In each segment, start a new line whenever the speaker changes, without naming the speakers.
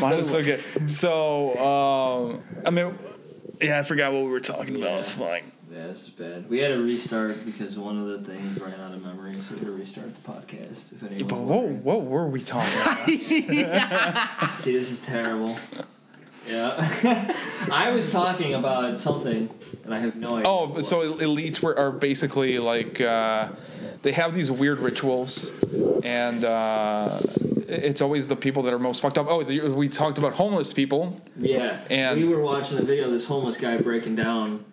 Mine
That's
was
so good. So, um, I mean, yeah, I forgot what we were talking about. It's like,
Yeah, this is bad. We had to restart because one of the things ran out of memory, so we had to restart the podcast. If anyone
but whoa,
wondered.
what were we talking about?
See, this is terrible. Yeah. I was talking about something, and I have no idea.
oh,
what.
but so elites were are basically like uh, they have these weird rituals, and uh, it's always the people that are most fucked up. Oh, the, we talked about homeless people.
Yeah.
And-
we were watching a video of this homeless guy breaking down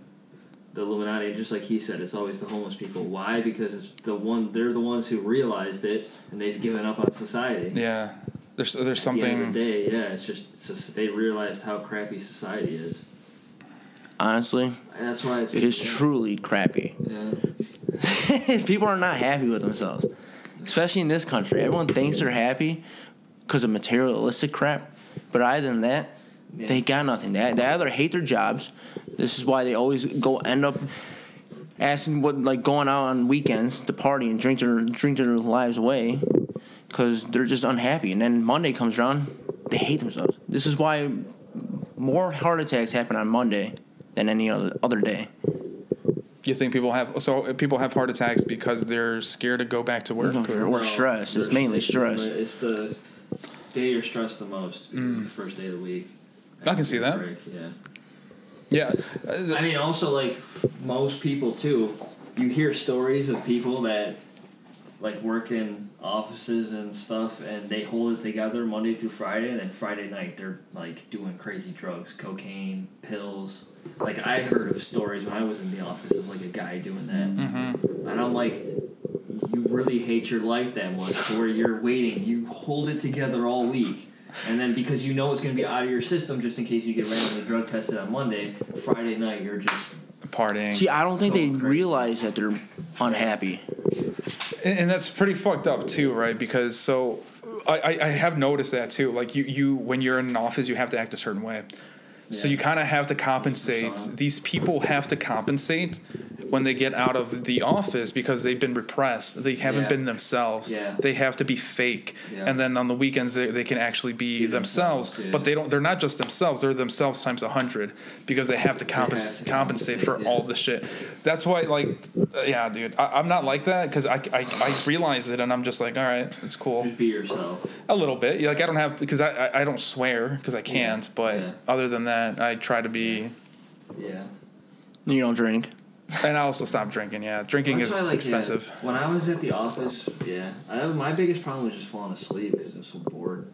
the Illuminati, and just like he said, it's always the homeless people. Why? Because it's the one they're the ones who realized it and they've given up on society.
Yeah, there's there's
At the end of
something.
the day, yeah, it's just, it's just they realized how crappy society is.
honestly,
And that's why it's
it is
yeah.
truly crappy.
Yeah.
People are not happy with themselves, especially in this country. Everyone thinks they're happy because of materialistic crap, but other than that,
Yeah.
they got nothing. They, they either hate their jobs. This is why they always go end up asking what like going out on weekends to party and drink their drink their lives away because they're just unhappy. And then Monday comes around, they hate themselves. This is why more heart attacks happen on Monday than any other other day.
You think people have so people have heart attacks because they're scared to go back to work.
Or,
No,
or stress. It's
there's-
mainly
the-
stress.
It's the day you're stressed the most because it's the first day of the week.
Mm. I can see that.
Break, yeah.
Yeah, Uh,
I mean, also like most people too, you hear stories of people that like work in offices and stuff, and they hold it together Monday through Friday, and then Friday night they're like doing crazy drugs, cocaine, pills. Like I heard of stories when I was in the office of like a guy doing that,
Mm-hmm.
and I'm like. You really hate your life that much, to where you're waiting. You hold it together all week, and then because you know it's going to be out of your system just in case you get randomly drug tested on Monday, Friday night you're just
partying.
See, I don't think they
Going crazy.
realize that they're unhappy.
and, and that's pretty fucked up too, right? Because so I, I, I have noticed that too. Like you, you when you're in an office, you have to act a certain way. So
Yeah.
you kind of have to compensate.
Persona.
These people have to compensate when they get out of the office because they've been repressed. They haven't
Yeah.
been themselves.
Yeah.
They have to be fake.
Yeah.
And then on the weekends they, they can actually be
Be
themselves,
themselves,
but
yeah.
they don't they're not just themselves, they're themselves times a 100 because they have to compensate
to
compensate for
compensate,
all
yeah.
the shit. That's why, like, uh, yeah, dude, I, I'm not like that because I, I, I realize it and I'm just like, all right, it's cool.
just be yourself.
A little bit. Yeah, Like, I don't have, because I, I, I don't swear because I can't, but
yeah.
other than that, I try to be,
Yeah.
You don't drink.
and I also stopped drinking. Yeah, drinking
That's
is
why, like, yeah,
expensive.
when I was at the office, yeah, I, my biggest problem was just falling asleep because I was so bored.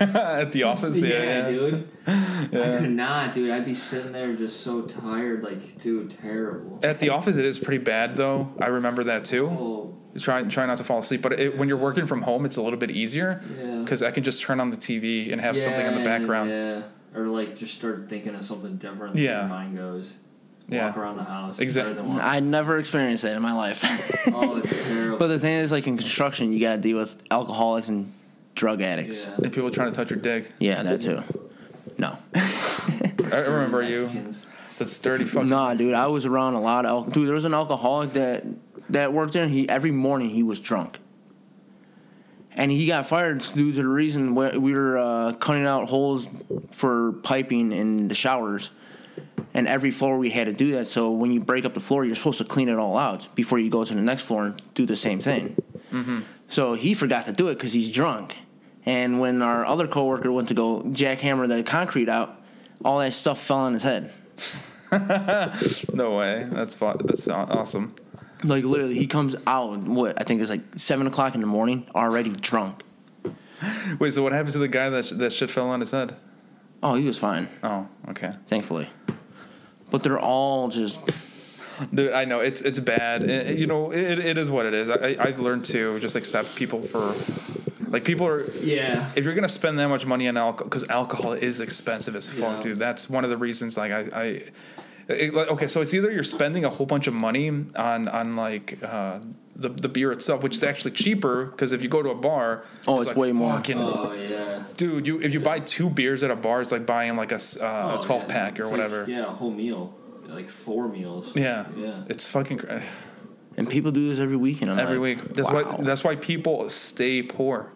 At the office, yeah. yeah,
dude. I
Yeah.
could not, dude. I'd be sitting there just so tired, like, dude, terrible.
At the office, it is pretty bad though. I remember that too.
Oh,
Try try not to fall asleep, but it, when you're working from home, it's a little bit easier
Oh, yeah.
because I can just turn on the TV and have something in the
Yeah,
background.
Yeah. Or like just start thinking of something different.
Yeah.
Than your mind goes.
Yeah.
Walk around the house.
Exact-
better than walk-
I never experienced that in my life.
Oh, it's terrible.
but the thing is, like in construction, you gotta deal with alcoholics and drug addicts.
yeah.
And people trying to touch your dick.
Yeah, that too. No,
I remember you.
Mexicans.
That's dirty fucking.
nah, dude. I was around a lot of al- dude. There was an alcoholic that that worked there. And he every morning he was drunk, and he got fired due to the reason where we were uh, cutting out holes for piping in the showers. And every floor we had to do that. So when you break up the floor, you're supposed to clean it all out before you go to the next floor and do the same thing. So he forgot to do it because he's drunk. And when our other coworker went to go jackhammer the concrete out, all that stuff fell on his head.
No way. That's fu- that's aw- awesome.
Like literally, he comes out. What I think is like seven o'clock in the morning, already drunk.
Wait, so what happened to the guy that sh- that shit fell on his head?
Oh, he was fine,
Oh, okay.
thankfully. But they're all just
Dude, I know it's it's bad. I- I- you know, it, it is what it is. I I- I've learned to just accept people for, like, people are.
Yeah.
If you're gonna spend that much money on alcohol, because alcohol is expensive as fuck,
Yeah.
dude. That's one of the reasons. Like, I. I it, like, okay, so it's either you're spending a whole bunch of money on on like uh, the the beer itself, which is actually cheaper because if you go to a bar,
Oh, it's
like
way more.
fucking
Oh yeah.
dude you if you buy two beers at a bar it's like buying like a, s- uh,
Oh,
a 12
yeah.
pack or
It's like,
whatever
yeah, a whole meal, like four meals.
yeah.
Yeah.
it's fucking cra-
and people do this every weekend. I'm
every
like,
week that's
wow.
why that's why people stay poor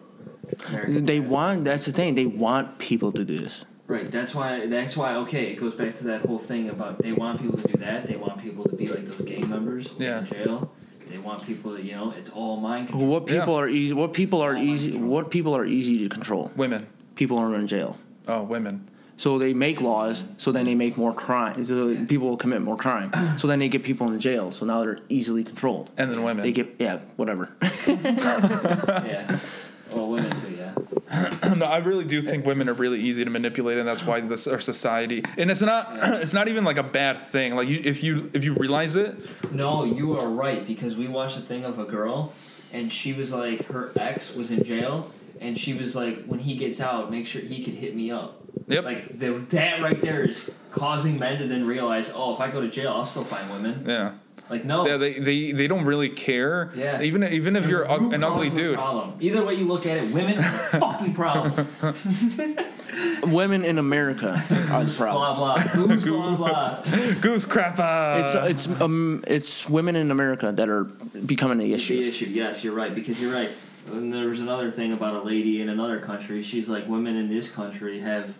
American
They
flag.
want. That's the thing. They want people to do this.
Right. That's why. That's why. Okay, it goes back to that whole thing about they want people to do that. They want people to be like those gang members
Yeah.
in jail. They want people to, you know, it's all mind control.
What
Yeah.
people are easy? What people are easy? What people are easy to control?
Women.
People are in jail.
Oh, women.
So they make laws, so then they make more crime. So people will commit more crime. So then they get people in jail. So now they're easily controlled.
And then women.
They get yeah, whatever.
yeah. Well, women too. Yeah.
No, I really do think women are really easy to manipulate, and that's why this our society. And it's not, it's not even like a bad thing. Like you, if you if you realize it,
No, you are right because we watched a thing of a girl, and she was like, her ex was in jail, and she was like, when he gets out, make sure he could hit me up.
Yep.
Like the, that right there is causing men to then realize, oh, if I go to jail, I'll still find women.
yeah,
Like
Oh.
no.
yeah, they they, they don't really care.
Yeah.
Even even if you're
Root
ug- an
cause
ugly
of the
dude,
Problem. Either way you look at it, women are a fucking problem.
Women in America are the problem.
Blah blah. Who's blah blah.
goose uh, crappa.
It's it's um it's women in America that are becoming the issue.
The issue. Yes, you're right because you're right. And there was another thing about a lady in another country. She's like, women in this country have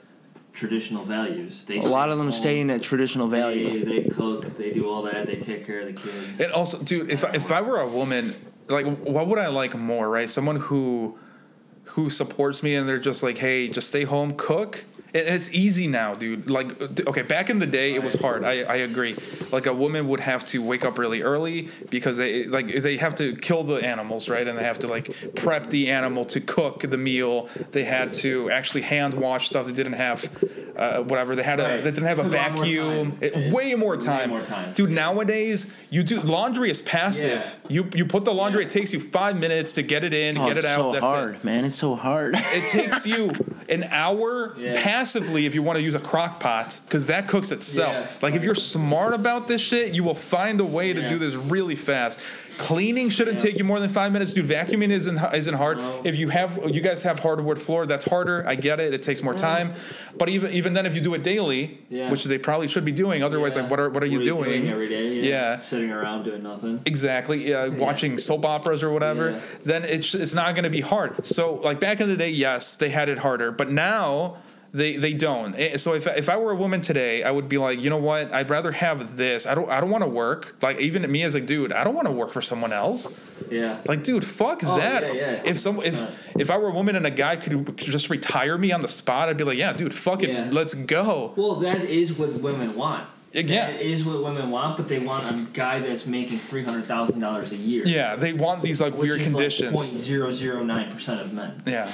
traditional values. They
A lot of them stay in that traditional value.
They, they cook. They do all that. They take care of the kids.
And also, dude, if I, if I were a woman, like, what would I like more, right? Someone who who supports me and they're just like, hey, just stay home, cook. And it's easy now, dude. Like, okay, back in the day, it was hard. I, I agree. Like, a woman would have to wake up really early because they like they have to kill the animals, right? And they have to like prep the animal to cook the meal. They had to actually hand wash stuff. They didn't have uh, whatever. They had a
Right.
they didn't have a
Took a lot more
vacuum.
time.
It- way more
Way
time.
more time.
Dude, nowadays you do laundry is passive.
Yeah.
You you put the laundry.
Yeah.
It takes you five minutes to get it in,
Oh,
get it
it's
out.
so
that's
hard,
it.
man. It's so hard.
It takes you an hour
Yeah.
passively if you want to use a crock pot because that cooks itself.
Yeah.
Like if you're smart about this shit, you will find a way to
Yeah.
do this really fast. Cleaning shouldn't
Yeah.
take you more than five minutes, dude. Vacuuming isn't isn't hard.
No.
If you have you guys have hardwood floor, that's harder. I get it. It takes more time. But even even then, if you do it daily,
Yeah.
which they probably should be doing, otherwise,
Yeah.
like what are what are you doing?
every day? Yeah.
Yeah.
Sitting around doing nothing.
Exactly, yeah, watching soap operas or whatever,
Yeah.
then it's it's not going to be hard. So like back in the day, yes, they had it harder, but now they they don't. Eh, So if if I were a woman today, I would be like, you know what? I'd rather have this. I don't I don't want to work. Like even me as a dude, I don't want to work for someone else.
Yeah.
Like dude, fuck
Oh,
that.
yeah, yeah.
If some if
Uh.
if I were a woman and a guy could could just retire me on the spot, I'd be like, yeah, dude, fuck it,
Yeah.
let's go.
Well, that is what women want.
Yeah.
That is what women want, but they want a guy that's making three hundred thousand dollars a year.
Yeah, they want these like
which
weird
is
conditions.
Like 0.009 percent of men.
yeah.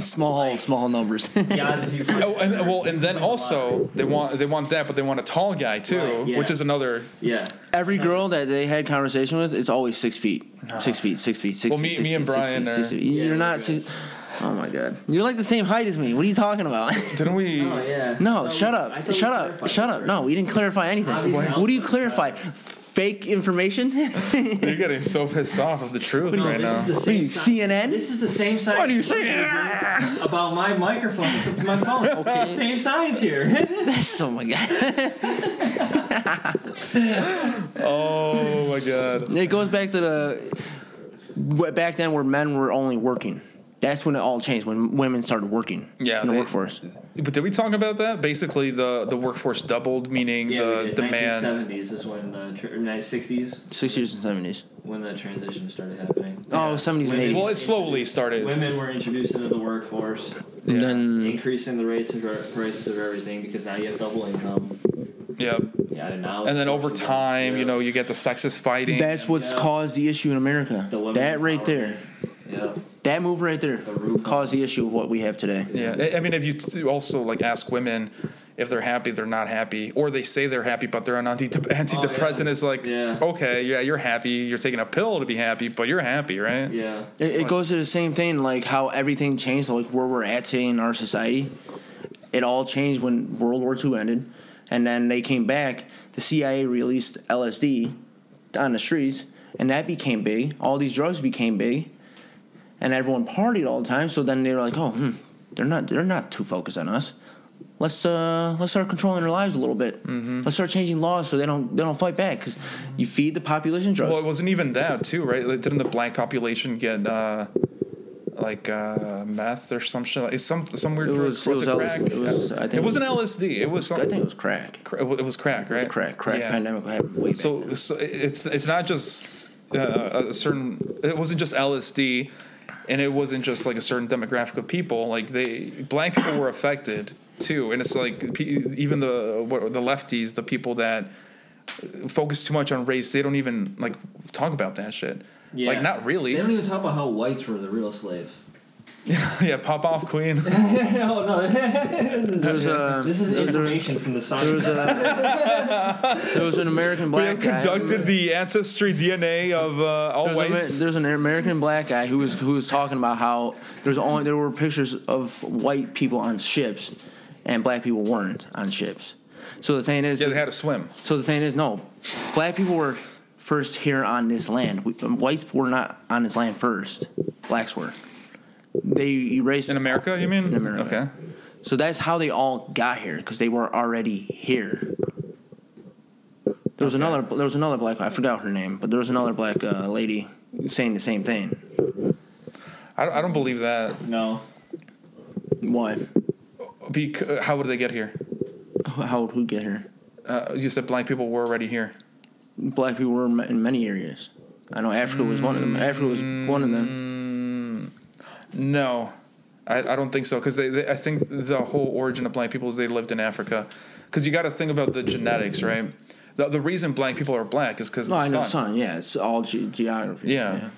small small numbers.
The odds of you.
Oh, and well, and then also they want they want that, but they want a tall guy too,
Right, yeah.
which is another.
yeah.
Every girl that they had conversation with, it's always six feet, six feet, six feet, six
Well,
feet.
me-
six
me
feet,
and
six
Brian
feet, six
are-
feet. You're
Yeah,
not.
we're
Six, oh my god, you're like the same height as me. What are you talking about?
Didn't we?
Oh yeah.
No,
I thought
shut
we- I
up.
thought we
Shut up.
clarified
Shut
this
up. No, we didn't clarify anything.
How do you
What,
know?
do you clarify? Fake information?
You're getting so pissed off of the truth
No,
right
this
now.
is the
What are you,
same si-
CNN?
This is the same science.
Why do you say that?
about my microphone? It's my phone. Okay. Same science here.
That's- oh my god.
Oh my god.
It goes back to the wh- back then where men were only working. That's when it all changed when women started working
Yeah,
in the
they-
workforce.
But did we talk about that? Basically, the the workforce doubled, meaning
yeah,
the
we did.
demand.
1970s is when the tr- 60s
Sixties and seventies.
when the transition started happening.
Oh, 70s and
Women-
80s.
Well, it slowly started.
Women were introduced into the workforce,
Yeah.
And then
increasing the rates of er, rates of everything because now you have double income.
Yeah,
Yeah, and now.
and then over time, you know, you get the sexist fighting.
that's what's
Yeah.
caused the issue in America.
The women
That right there.
Yeah.
That move right there
root
caused the issue of what we have today.
Yeah, I- I mean, if you t- also like ask women if they're happy, they're not happy, or they say they're happy but they're on anti
Oh,
antidepressant. Is like,
Yeah.
okay, yeah, you're happy, you're taking a pill to be happy, but you're happy, right?
Yeah.
It, it goes to the same thing, like how everything changed, like where we're at today in our society. It all changed when World War II ended, and then they came back. The CIA released LSD on the streets, and that became big. All these drugs became big, and everyone partied all the time. So then they were like, "Oh, hmm, they're not they're not too focused on us. Let's uh let's start controlling their lives a little bit. Let's start changing laws so they don't they don't fight back because you feed the population drugs.
Well, it wasn't even that too, right? Like, didn't the black population get uh, like uh, meth or some shit. It's some some weird
It
drug.
was-
Was,
it
it
was
crack?
LSD. It was- I think
it
it was-
wasn't LSD. It was
I
something.
think it was crack.
Cra- It was crack, right?
It was crack. Crack
Yeah.
pandemic happened way back. then.
So, so it's it's not just uh, a certain. It wasn't just LSD, and it wasn't just like a certain demographic of people. Like they, black people were affected too, and it's like pe- even the what the lefties, the people that focus too much on race, they don't even like talk about that shit. Like not really.
They don't even talk about how whites were the real slaves.
yeah, pop off queen.
no, no.
There's a-
this is
there- there-
information from the
There was
science.
a there was an American
We
black
have
guy.
conducted the ancestry DNA of uh, all
There's, a ma-
whites.
there's an American black guy who was who was talking about how there's only there were pictures of white people on ships, and black people weren't on ships. So the thing is,
yeah, they had to swim.
so the thing is, no, black people were first here on this land. We, whites were not on this land first. Blacks were. They erased
In America, you mean?
In America.
Okay.
So that's how they all got here because they were already here. There was another. There was another black. I forgot her name, but there was another black uh, lady saying the same thing.
I don't, I don't believe that.
no.
What?
Because, how would they get here?
How would who get here?
Uh, you said black people were already here.
Black people were ma- in many areas. I know Africa was one of them. Africa was one of them.
No, I, I don't think so. Because they, they, I think the whole origin of black people is they lived in Africa. Because you got to think about the genetics, right? The, the reason black people are black is because
No,
the
Oh, I know
Mm, sun.
son. Yeah, it's all ge- geography.
Yeah.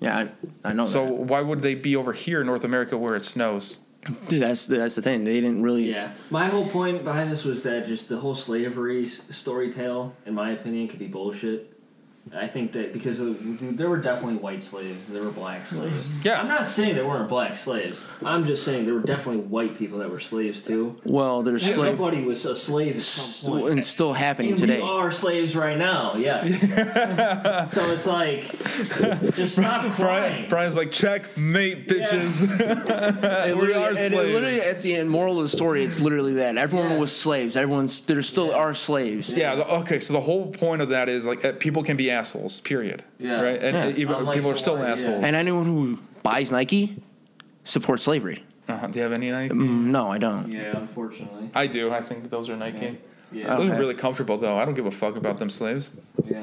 Yeah, I, I know.
So
So
why would they be over here in North America where it snows?
that's that's the thing. They didn't really.
Yeah. My whole point behind this was that just the whole slavery s- story tale, in my opinion, could be bullshit. I think that because of, dude, there were definitely white slaves, there were black slaves.
Yeah.
I'm not saying there weren't black slaves. I'm just saying there were definitely white people that were slaves too.
Well, there's slave,
Everybody was a slave at
s-
some point.
and still happening
And
today.
We are slaves right now. Yeah. so it's like, just stop
Brian,
crying.
Brian's like checkmate, bitches.
It
we
literally-
are
and
slaves.
it literally at the end, moral of the story, it's literally that everyone
Yeah.
was slaves. Everyone's there still are slaves.
Yeah. The, okay. So the whole point of that is like uh, people can be assholes. Period.
Yeah.
Right. And
Yeah.
even
Unlike
people are still
someone, yeah.
assholes.
And anyone who buys Nike supports slavery.
Uh-huh. Do you have any? Nike?
Mm, No, I don't.
yeah, unfortunately.
I do. I think those are Nike.
Yeah.
Oh.
Those
Okay.
are really comfortable though. I don't give a fuck about them slaves.
yeah.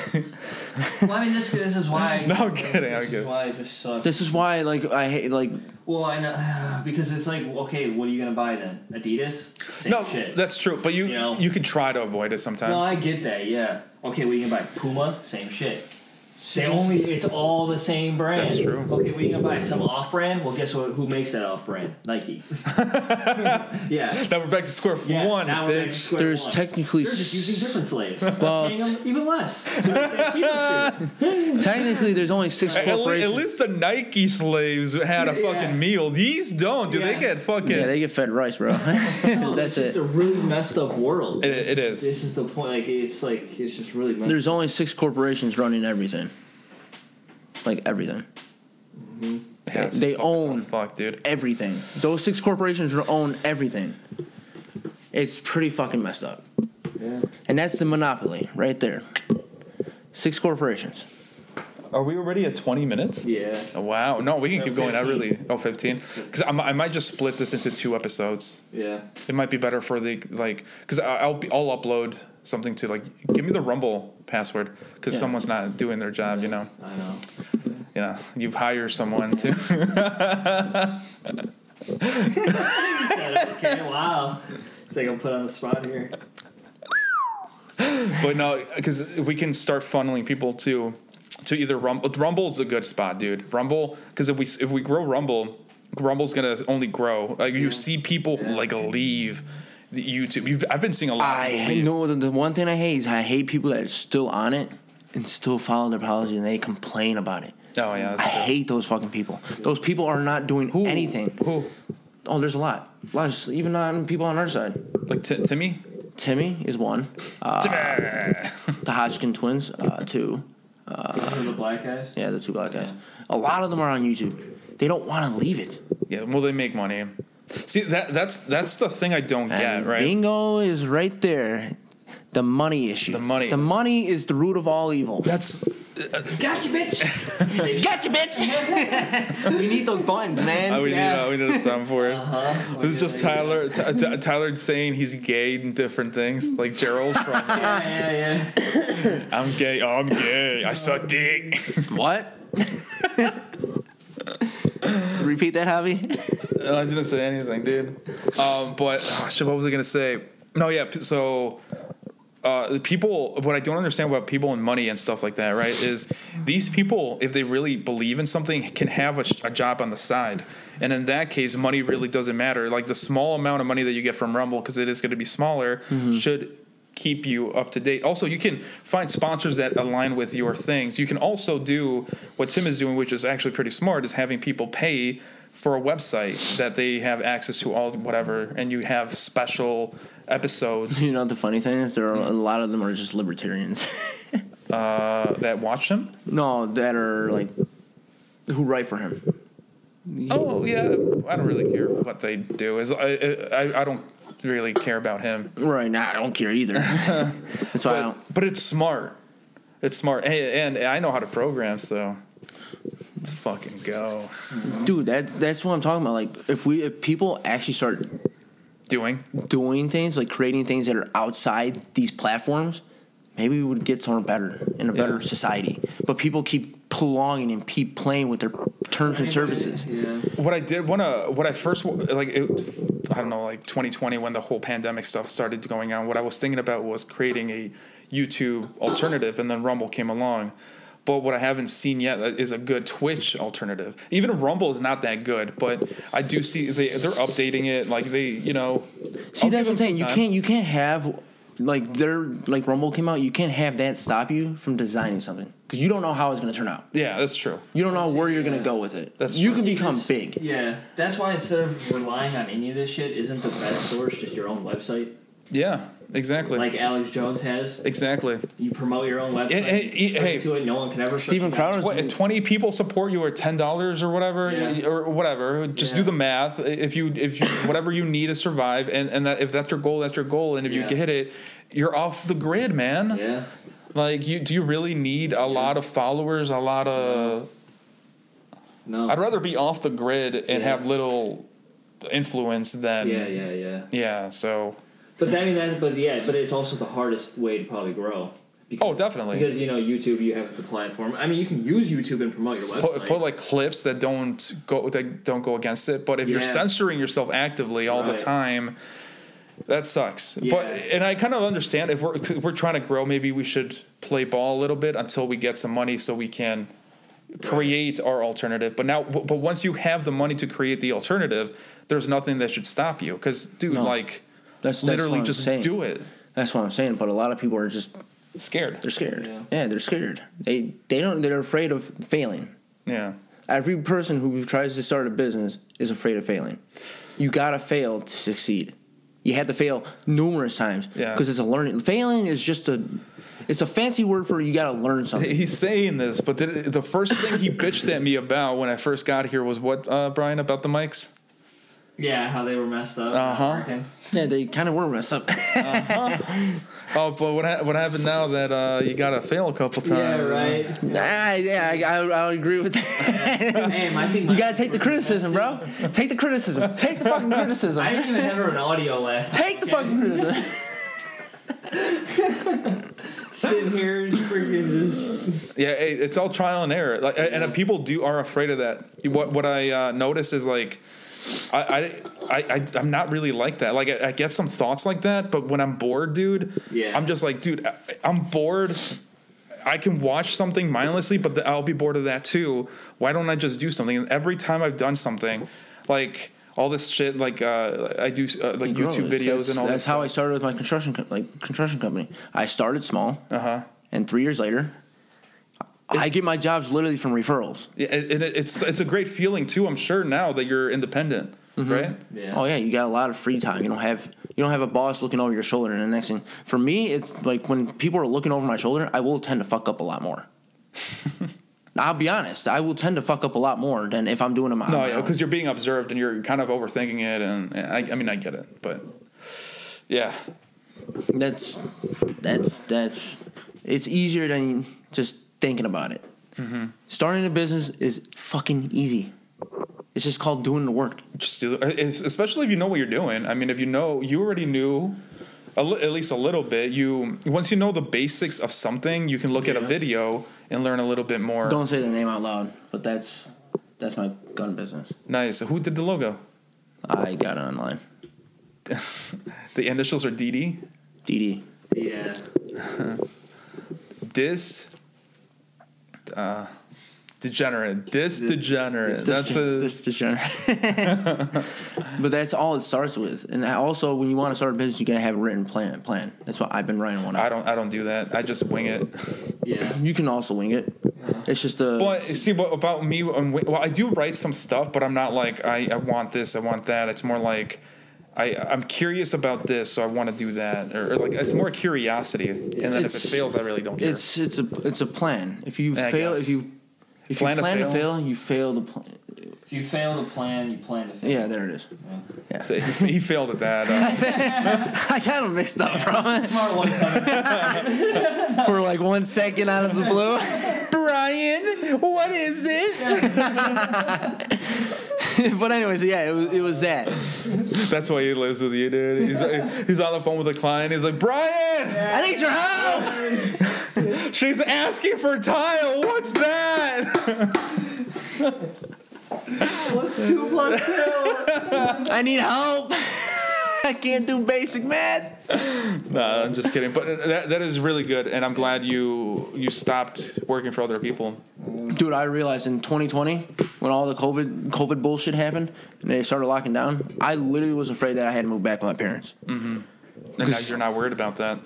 well, I mean, this, this is why.
No, I'm kidding, I'm
This is
kidding.
why it just sucks.
This is why, like, I hate, like,
well, I know because it's like, okay, what are you gonna buy then? Adidas? Same
no,
shit.
that's true. But you
You know?
you can try to avoid it sometimes.
no, I get that. Yeah. Okay, what are you gonna buy? Puma? Same shit. They
Yes.
only it's all the same brand.
That's true.
Okay, what are you gonna buy? Some off brand? Well guess what who makes that off brand? Nike. yeah.
now we're back to square
Yeah,
one,
now we're back to
bitch.
square
there's
one.
technically
They're just using different slaves.
Well,
Paying them even less. to make that cheaper shoe.
technically there's only six
At, le- at
corporations.
least the Nike slaves had a
Yeah.
fucking meal. These don't. Do
Yeah.
they get fucking?
yeah, they get fed rice, bro.
No,
That's
it's just
it.
a really messed up world.
It- it is.
This is the point. Like it's like it's just really messed.
There's only six corporations running everything. Like everything,
Yeah, it's
they
fucking- it's all
own-
Fuck, dude.
everything. Those six corporations own everything. It's pretty fucking messed up.
yeah.
And that's the monopoly right there. Six corporations.
Are we already at 20 minutes?
yeah.
Wow. No, we can
No,
keep going. I
15.
really. Oh, 15. Because I mi- I might just split this into two episodes.
Yeah.
It might be better for the like because I'll be, I'll upload something to like give me the Rumble password because
Yeah.
someone's not doing their job. You know,
I know.
you know, you hire someone to.
okay. Wow. It's like I'm put on the spot here.
but no, because we can start funneling people to to either Rumble. Rumble's a good spot, dude. Rumble because if we if we grow Rumble, Rumble's gonna only grow. Like you see people
Yeah.
like leave the YouTube. You've, I've been seeing a lot. of people
I
leave.
know the, the one thing I hate is I hate people that are still on it and still follow their policy and they complain about it.
Oh yeah.
I
that's-
hate those fucking people. Those people are not doing
Who-
anything.
Who?
Oh, there's a lot. Lots, even on people on our side.
Like Ti- Timmy.
Timmy is one. Uh,
Timmy.
The Hodgkin twins, uh, two.
Those are the black guys.
Yeah, the two black guys. A lot of them are on YouTube. They don't want to leave it.
Yeah, well, they make money. See that that's that's the thing I don't get,
And
right?
Bingo is right there. The money issue.
The money.
The money is the root of all evil.
that's
Gotcha, bitch.
Gotcha, bitch. we need those buttons, man.
Oh, we
Yeah.
need a, we need a sound for it.
Uh-huh.
This is just
Like,
Tyler Ty- Ty- Tyler saying he's gay and different things like Gerald from
Yeah, yeah, yeah.
I'm gay. Oh, I'm gay. I suck dick.
What? Repeat that, Javi.
I didn't say anything, dude. Um, but oh, shit, what was I gonna say? No, yeah. p- So, uh, the people. What I don't understand about people and money and stuff like that, right? Is these people, if they really believe in something, can have a, sh- a job on the side. And in that case, money really doesn't matter. Like the small amount of money that you get from Rumble, because it is going to be smaller, should keep you up to date. Also, you can find sponsors that align with your things. You can also do what Tim is doing, which is actually pretty smart, is having people pay for a website that they have access to all whatever, and you have special episodes
You know what the funny thing is? There are a lot of them are just libertarians.
uh, that watch them.
no, that are like who write for him.
Oh yeah, I don't really care what they do. Is I, I I don't really care about him.
Right now, I don't care either. That's why I don't.
But, but it's smart. It's smart, and, and I know how to program, so let's fucking go.
Dude, that's that's what I'm talking about. Like, if we if people actually start
Doing.
doing things, like creating things that are outside these platforms, maybe we would get somewhere better in a better
Yeah.
society. But people keep prolonging and keep playing with their terms and services.
Yeah.
what I did when uh what I first like it, I don't know like 2020 when the whole pandemic stuff started going on what I was thinking about was creating a YouTube alternative and then Rumble came along but what I haven't seen yet uh, is a good Twitch alternative even Rumble is not that good but I do see they they're updating it like they you know
See, that's the
I'll give them
thing.
some
You
time.
can't you can't have like their like Rumble came out. You can't have that stop you from designing something because you don't know how it's going to turn out.
yeah that's true
You don't know where you're going to go with it.
That's
you
true.
can become big.
Yeah. That's why instead of relying on any of this shit, isn't the best source just your own website?
yeah exactly
Like Alex Jones has.
exactly
You promote your own website.
And- and-
you search
hey.
to it, no one can ever. search
Steven
it.
Crowder's
What, if 20 people support you or $10 or whatever
Yeah.
or whatever just do
Yeah.
the math if you if you whatever you need to survive and and that if that's your goal that's your goal and if
Yeah.
you get it you're off the grid man
Yeah.
like you do you really need a lot of followers a lot of
No.
i'd rather be off the grid and
Yeah.
have little influence than
yeah, yeah, yeah.
yeah so
But I mean, that, but yeah, but it's also the hardest way to probably grow. Because,
oh definitely
Because you know YouTube, you have the platform. I mean, you can use YouTube and promote your website.
put, put like clips that don't go that don't go against it. But if you're
Yeah.
censoring yourself actively all
Right.
the time, that sucks.
Yeah.
But and I kind of understand if we're if we're trying to grow, maybe we should play ball a little bit until we get some money so we can create our alternative. But now, but once you have the money to create the alternative, there's nothing that should stop you. Because dude,
No.
like
That's, that's
literally
what I'm
just
saying.
do it.
That's what I'm saying. But a lot of people are just
Scared.
they're scared.
Yeah.
Yeah, they're scared. They they don't they're afraid of failing.
Yeah.
Every person who tries to start a business is afraid of failing. You gotta fail to succeed. You have to fail numerous times
Yeah.
because it's a learning. Failing is just a it's a fancy word for you gotta learn something.
He's saying this, but the, the first thing he bitched at me about when I first got here was what, uh, Brian, about the mics?
yeah, how they were messed up.
Uh-huh.
American.
yeah, they kind of were messed up.
Oh, but what ha- what happened now that uh, you gotta fail a couple times?
Yeah, right.
nah, yeah, I, I, I agree with that.
Damn, I think my-
you gotta take the criticism, bro. Take the criticism. Take the fucking criticism.
I didn't even have her an audio last.
Take the
okay?
fucking criticism.
Sitting here, and freaking just.
Yeah, it, it's all trial and error. Like, and, and people do are afraid of that. What what I uh, notice is like, I I, I I I'm not really like that. Like I, I get some thoughts like that, but when I'm bored, dude,
Yeah.
I'm just like, dude, I, I'm bored. I can watch something mindlessly, but the, I'll be bored of that too. Why don't I just do something? And every time I've done something, like all this shit, like uh, I do uh, like YouTube
Grows.
videos
That's-
and all
That's
this
how I started with my construction co- like construction company. I started small,
Uh huh.
and three years later, I get my jobs literally from referrals.
Yeah, and and it, it's it's a great feeling too. I'm sure now that you're independent, right?
Yeah.
Oh yeah, you got a lot of free time. You don't have you don't have a boss looking over your shoulder. And the next thing for me, it's like when people are looking over my shoulder, I will tend to fuck up a lot more. I'll be honest, I will tend to fuck up a lot more than if I'm doing it my
No,
my own.
because you're being observed and you're kind of overthinking it. And yeah, I, I mean, I get it, but yeah,
That's that's that's it's easier than just thinking about it.
Mm-hmm.
Starting a business is fucking easy. It's just called doing the work.
just do it, if- especially if you know what you're doing. I mean, if you know, you already knew a li- at least a little bit. You once you know the basics of something, you can look at a
Yeah.
video and learn a little bit more.
Don't say the name out loud, but that's that's my gun business.
Nice. Who did the logo?
I got it online.
The initials are DD.
DD.
Yeah.
Dis. Uh, degenerate. Dis degenerate. That's a.
This- this genre. but that's all it starts with. And I also, when you want to start a business, you gotta have a written plan. Plan. That's what I've been writing one.
I
out.
don't. I don't do that. I just wing it.
Yeah.
You can also wing it. It's just a.
But see, what about me? um, Well, I do write some stuff, but I'm not like I, I want this, I want that. It's more like I I'm curious about this, so I want to do that, or, or like it's more curiosity. And then if it
It's-
fails, I really don't care.
it's it's a it's a plan. If you
I
fail,
guess.
if you if
Plan to
you plan to
fail.
fail, you fail the plan.
If you fail to plan, you plan to fail.
Yeah, there it is. Yeah.
So he failed at that. uh,
I got them mixed up from
Smart one. Kevin.
it for like one second out of the blue.
Uh, Brian, what is it?
but anyways, yeah, it was it was that.
That's why he lives with you, dude. He's, uh, he's on the phone with a client. He's like, Brian,
I need your help.
she's asking for tile. What's that?
What's two plus two?
I need help. I can't do basic math.
no, I'm just kidding. But uh, that, that is really good, and I'm glad you you stopped working for other people.
Dude, I realized in 2020 when all the COVID COVID bullshit happened and they started locking down, I literally was afraid that I had to move back with my parents.
And now
'Cause-
you're not worried about that.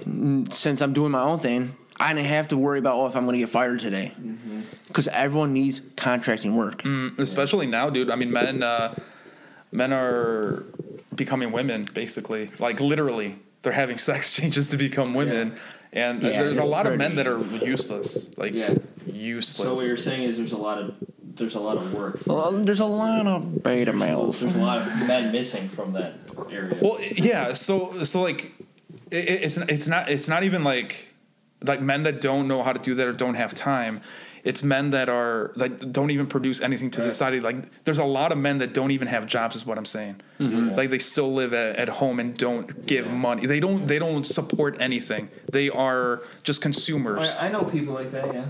Since I'm doing my own thing, I didn't have to worry about oh if I'm gonna get fired today,
Mm-hmm.
because everyone needs contracting work.
Mm. Especially now, dude. I mean, men uh, men are becoming women, basically. Like literally, they're having sex changes to become women. And
Yeah,
there's a
it's
lot of men that
pretty-
are useless, like
Yeah. So
useless.
what you're saying is there's a lot of there's a lot of work.
Well, um, there's a lot of beta males.
There's a lot of men missing from that area.
well, yeah. So so like, it, it- it's it's not it's not even like like men that don't know how to do that or don't have time. It's men that are like don't even produce anything to
Right.
society. Like there's a lot of men that don't even have jobs, is what I'm saying.
Yeah.
like they still live at, at home and don't give
Yeah.
money they don't they don't support anything they are just consumers
I, I know people like that. Yeah.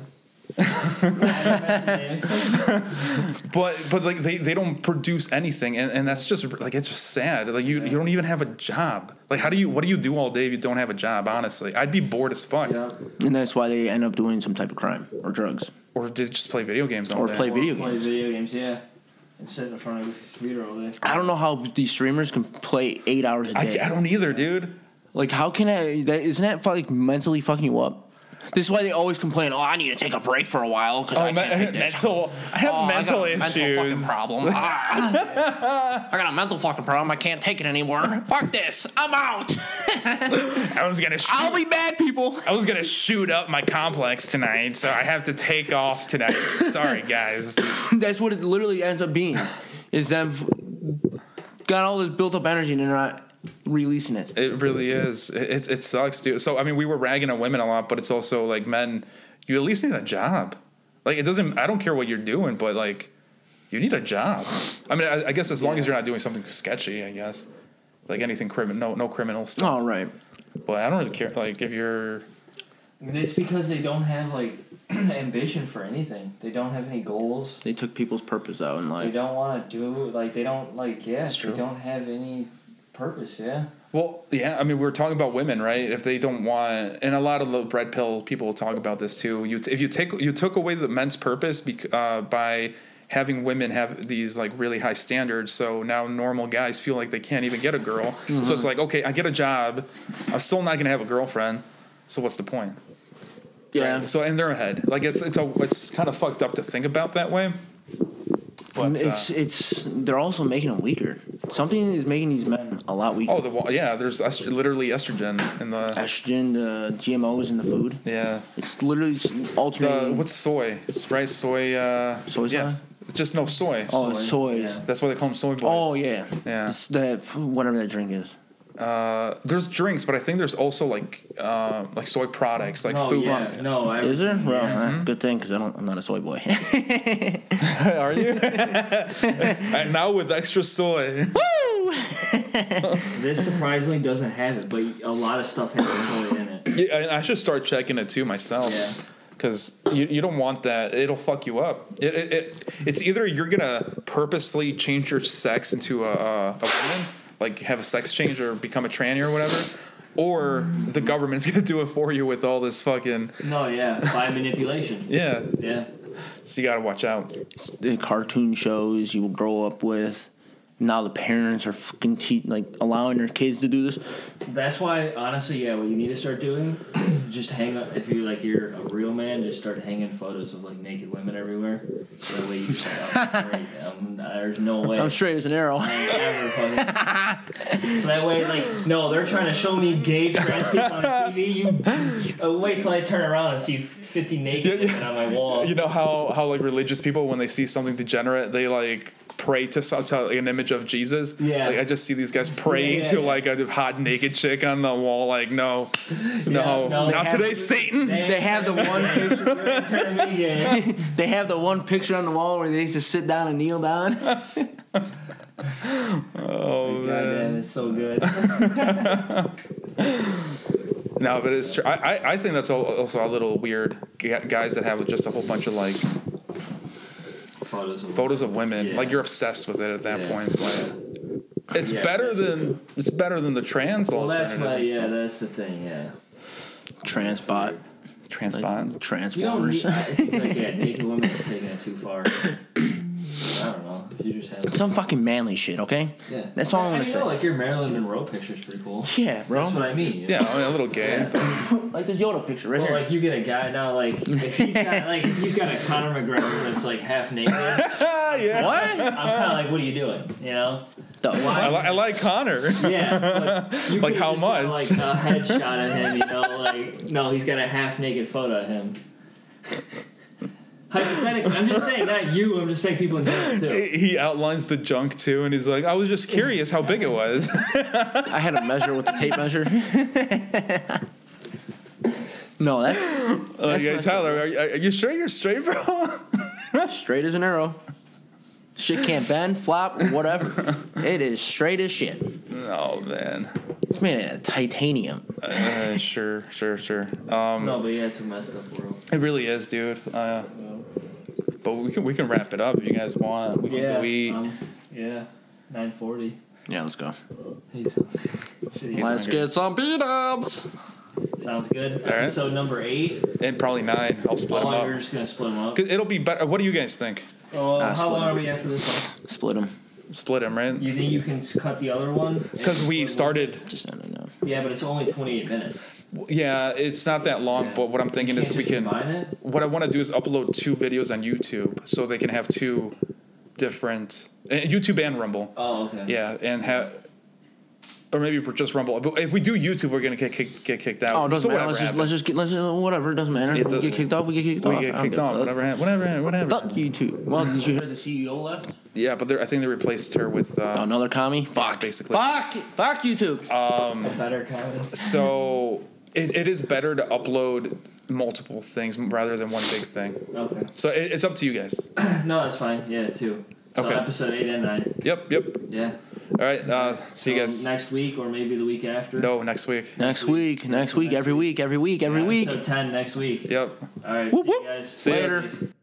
I imagine they-
but but like they, they don't produce anything and, and that's just like it's just sad like you, you don't even have a job like how do you what do you do all day if you don't have a job honestly i'd be bored as fuck
yeah.
And that's why they end up doing some type of crime or drugs.
or just just play video games all
Or
day
play- video
Or Play
games.
video games. Yeah. And sit in front of a computer all day.
I don't know how these streamers can play eight hours a
I,
day.
I don't either dude
like, how can I? That, isn't that fu- like mentally fucking you up? This is why they always complain. Oh, I need to take a break for a while because I
oh,
can't
me-
take this.
mental i have
Oh, I
mental
got a
issues
Mental fucking problem. Ah. I got a mental fucking problem. I can't take it anymore. Fuck this. I'm out.
i was gonna shoot,
I'll be back, people.
i was gonna shoot up my complex tonight so i have to take off tonight sorry guys
That's what it literally ends up being. Is them got all this built up energy and they're not releasing it.
It really is. It, it, it sucks, dude. So I mean, we were ragging on women a lot, but it's also like men. You at least need a job. Like it doesn't. I don't care what you're doing, but like, you need a job. I mean, I, I guess as long as you're not doing something sketchy, I guess. Like anything criminal, no, no criminal stuff.
All right.
But I don't really care. Like if you're,
It's because they don't have like ambition for anything. They don't have any goals.
They took people's purpose out in
They
life.
don't want to do like they don't like yeah.
That's
They
true.
don't have any purpose. Yeah.
well, yeah. I mean, we're talking about women, right? If they don't want, and a lot of the bread pill people talk about this too. You, t- if you take, you took away the men's purpose bec- uh, by having women have these like really high standards. So now normal guys feel like they can't even get a girl. So
Mm-hmm.
it's like, okay, I get a job. I'm still not gonna have a girlfriend. So what's the point?
Yeah.
So in their head, like it's it's a it's kind of fucked up to think about that way. But
And
uh,
it's it's they're also making them weaker. Something is making these men a lot weaker.
oh the wa- yeah, there's est- literally estrogen in the
Estrogen, uh, the GMOs in the food.
yeah.
It's literally just
The
alternating.
what's soy? It's Right, soy. Uh,
Soy
yes. Just no soy.
oh, it's soy.
Yeah.
That's why they call them soy boys.
Oh yeah.
Yeah.
It's the f- whatever that drink is.
Uh, there's drinks, but I think there's also like um, like soy products, like
oh,
food.
yeah. No, I,
Is there? Well,
yeah.
eh, good thing because I don't. I'm not a soy boy.
Are you? and now with extra soy.
Woo!
This surprisingly doesn't have it, but a lot of stuff has soy in it.
Yeah, and I should start checking it too myself.
Yeah.
Cause you, you don't want that. It'll fuck you up. It, it, it it's either you're gonna purposely change your sex into a, a woman, like have a sex change or become a tranny or whatever, or the government's gonna do it for you with all this fucking
No, yeah, by manipulation.
yeah.
Yeah.
So you gotta watch out.
the cartoon shows you grow up with. Now the parents are fucking te- like allowing their kids to do this.
That's why, honestly, yeah, what you need to start doing, just hang up. If you like, you're a real man, just start hanging photos of like naked women everywhere. So that way you say, I'm straight. I'm, there's no way.
I'm straight as an arrow.
Ever fucking. so that way, like, no, they're trying to show me gay trans people on TV. You uh, wait till I turn around and see 50 naked
Yeah, yeah.
women on my wall.
You know how how like religious people when they see something degenerate they like pray to, some, to an image of Jesus.
Yeah.
Like I just see these guys praying
Yeah, yeah,
to
yeah.
like a hot naked chick on the wall. Like no, no,
no,
they
not
have-
today, Satan.
They have the one
picture. You're gonna turn me gay.
they have the one picture on the wall where they just sit down and kneel down.
oh
God
man.
damn, it's so good.
No, but it's true. I, I, I think that's al- also a little weird. Gu- Guys that have just a whole bunch of like
Photos of
photos of women,
Yeah.
like you're obsessed with it at that
Yeah.
point. Like, it's
Yeah.
better than it's better than the trans
Well, that's
alternative.
my
and
yeah.
stuff.
That's the thing. Yeah.
Transpot,
Trans bond.
like,
You don't need,
transformers.
I think like yeah, naked women is taking it too far. I don't know. If you just have
Some fucking manly shit, okay?
yeah.
That's all I'm
I
gonna
mean,
say. Oh,
No, like your Marilyn Monroe picture's pretty cool.
Yeah,
That's what
bro.
I mean. you
Yeah, I mean, a little gay.
Yeah.
Like this Yoda picture right
Well,
here.
like you get a guy now, like if he's got like if he's got a Conor McGregor that's like half naked. I'm
yeah.
what
kind of like, what are you doing? You know?
the
I,
fuck?
li- I like Connor.
Yeah. Like, you
Like,
could've
how
just got,
much?
Like a headshot of him. You know? Like no, he's got a half naked photo of him. Hypothetically, I'm just saying not you. I'm just saying people in general too.
he outlines the junk too, and he's like, "I was just curious how big it was."
I had a measure with the tape measure. no, that's
like, hey,
my-
Tyler, are you, are you sure you're straight, bro?
straight as an arrow. Shit can't bend, flop, whatever. It is straight as shit.
oh man,
It's made out of titanium.
uh, sure, sure, sure. Um,
No, but yeah, it's a messed up world.
it really is, dude. Uh, but we can we can wrap it up if you guys want. We can
Yeah.
go eat.
um, yeah. 940.
Yeah, let's go.
He's,
Let's get some beat ups.
Sounds good.
right.
Episode number eight.
and probably nine. I'll split
Oh,
them
you're
up.
just gonna split them up.
'Cause It'll be better. What do you guys think?
Oh,
Nah,
how
split
long
'em.
are we at for this one?
Split them.
Split them, right?
You think you can s- cut the other one? and
Because we
split one?
started.
Just I don't know.
Yeah, but it's only 28 minutes.
Yeah, it's not that long.
Yeah.
But what I'm thinking
You
is
can't
we
just
can.
combine it.
what I want to do is upload two videos on YouTube so they can have two different uh, YouTube and Rumble.
Oh, okay.
Yeah, and have or maybe just Rumble. But if we do YouTube, we're gonna get kicked, get kicked out.
Oh, it doesn't
So
matter.
whatever
Let's just let's just get let's uh, whatever. It doesn't matter.
It
we
doesn't-
get kicked off. We get kicked
happens.
off.
we
I
get
don't
kicked
give a
off.
fuck.
Whatever, hap- whatever, hap- whatever.
Fuck you too. Well, did you hear the CEO left?
Yeah, but they're, I think they're replaced her with.
Oh,
Uh,
another commie. Fuck. Uh,
basically.
Fuck. Fuck YouTube.
A better comedy.
So it, it is better to upload multiple things rather than one big thing.
Okay.
So it, it's up to you guys.
No, that's fine. Yeah, two. So
Okay.
episode eight and nine.
Yep, yep.
Yeah.
All right. Uh, see you
Um,
guys.
next week or maybe the week after.
No, next week.
next week. Next week. Every week. Every week. Every week.
Episode 10 next week.
Yep.
All right.
Whoop,
see
whoop.
you guys.
See ya.
Later.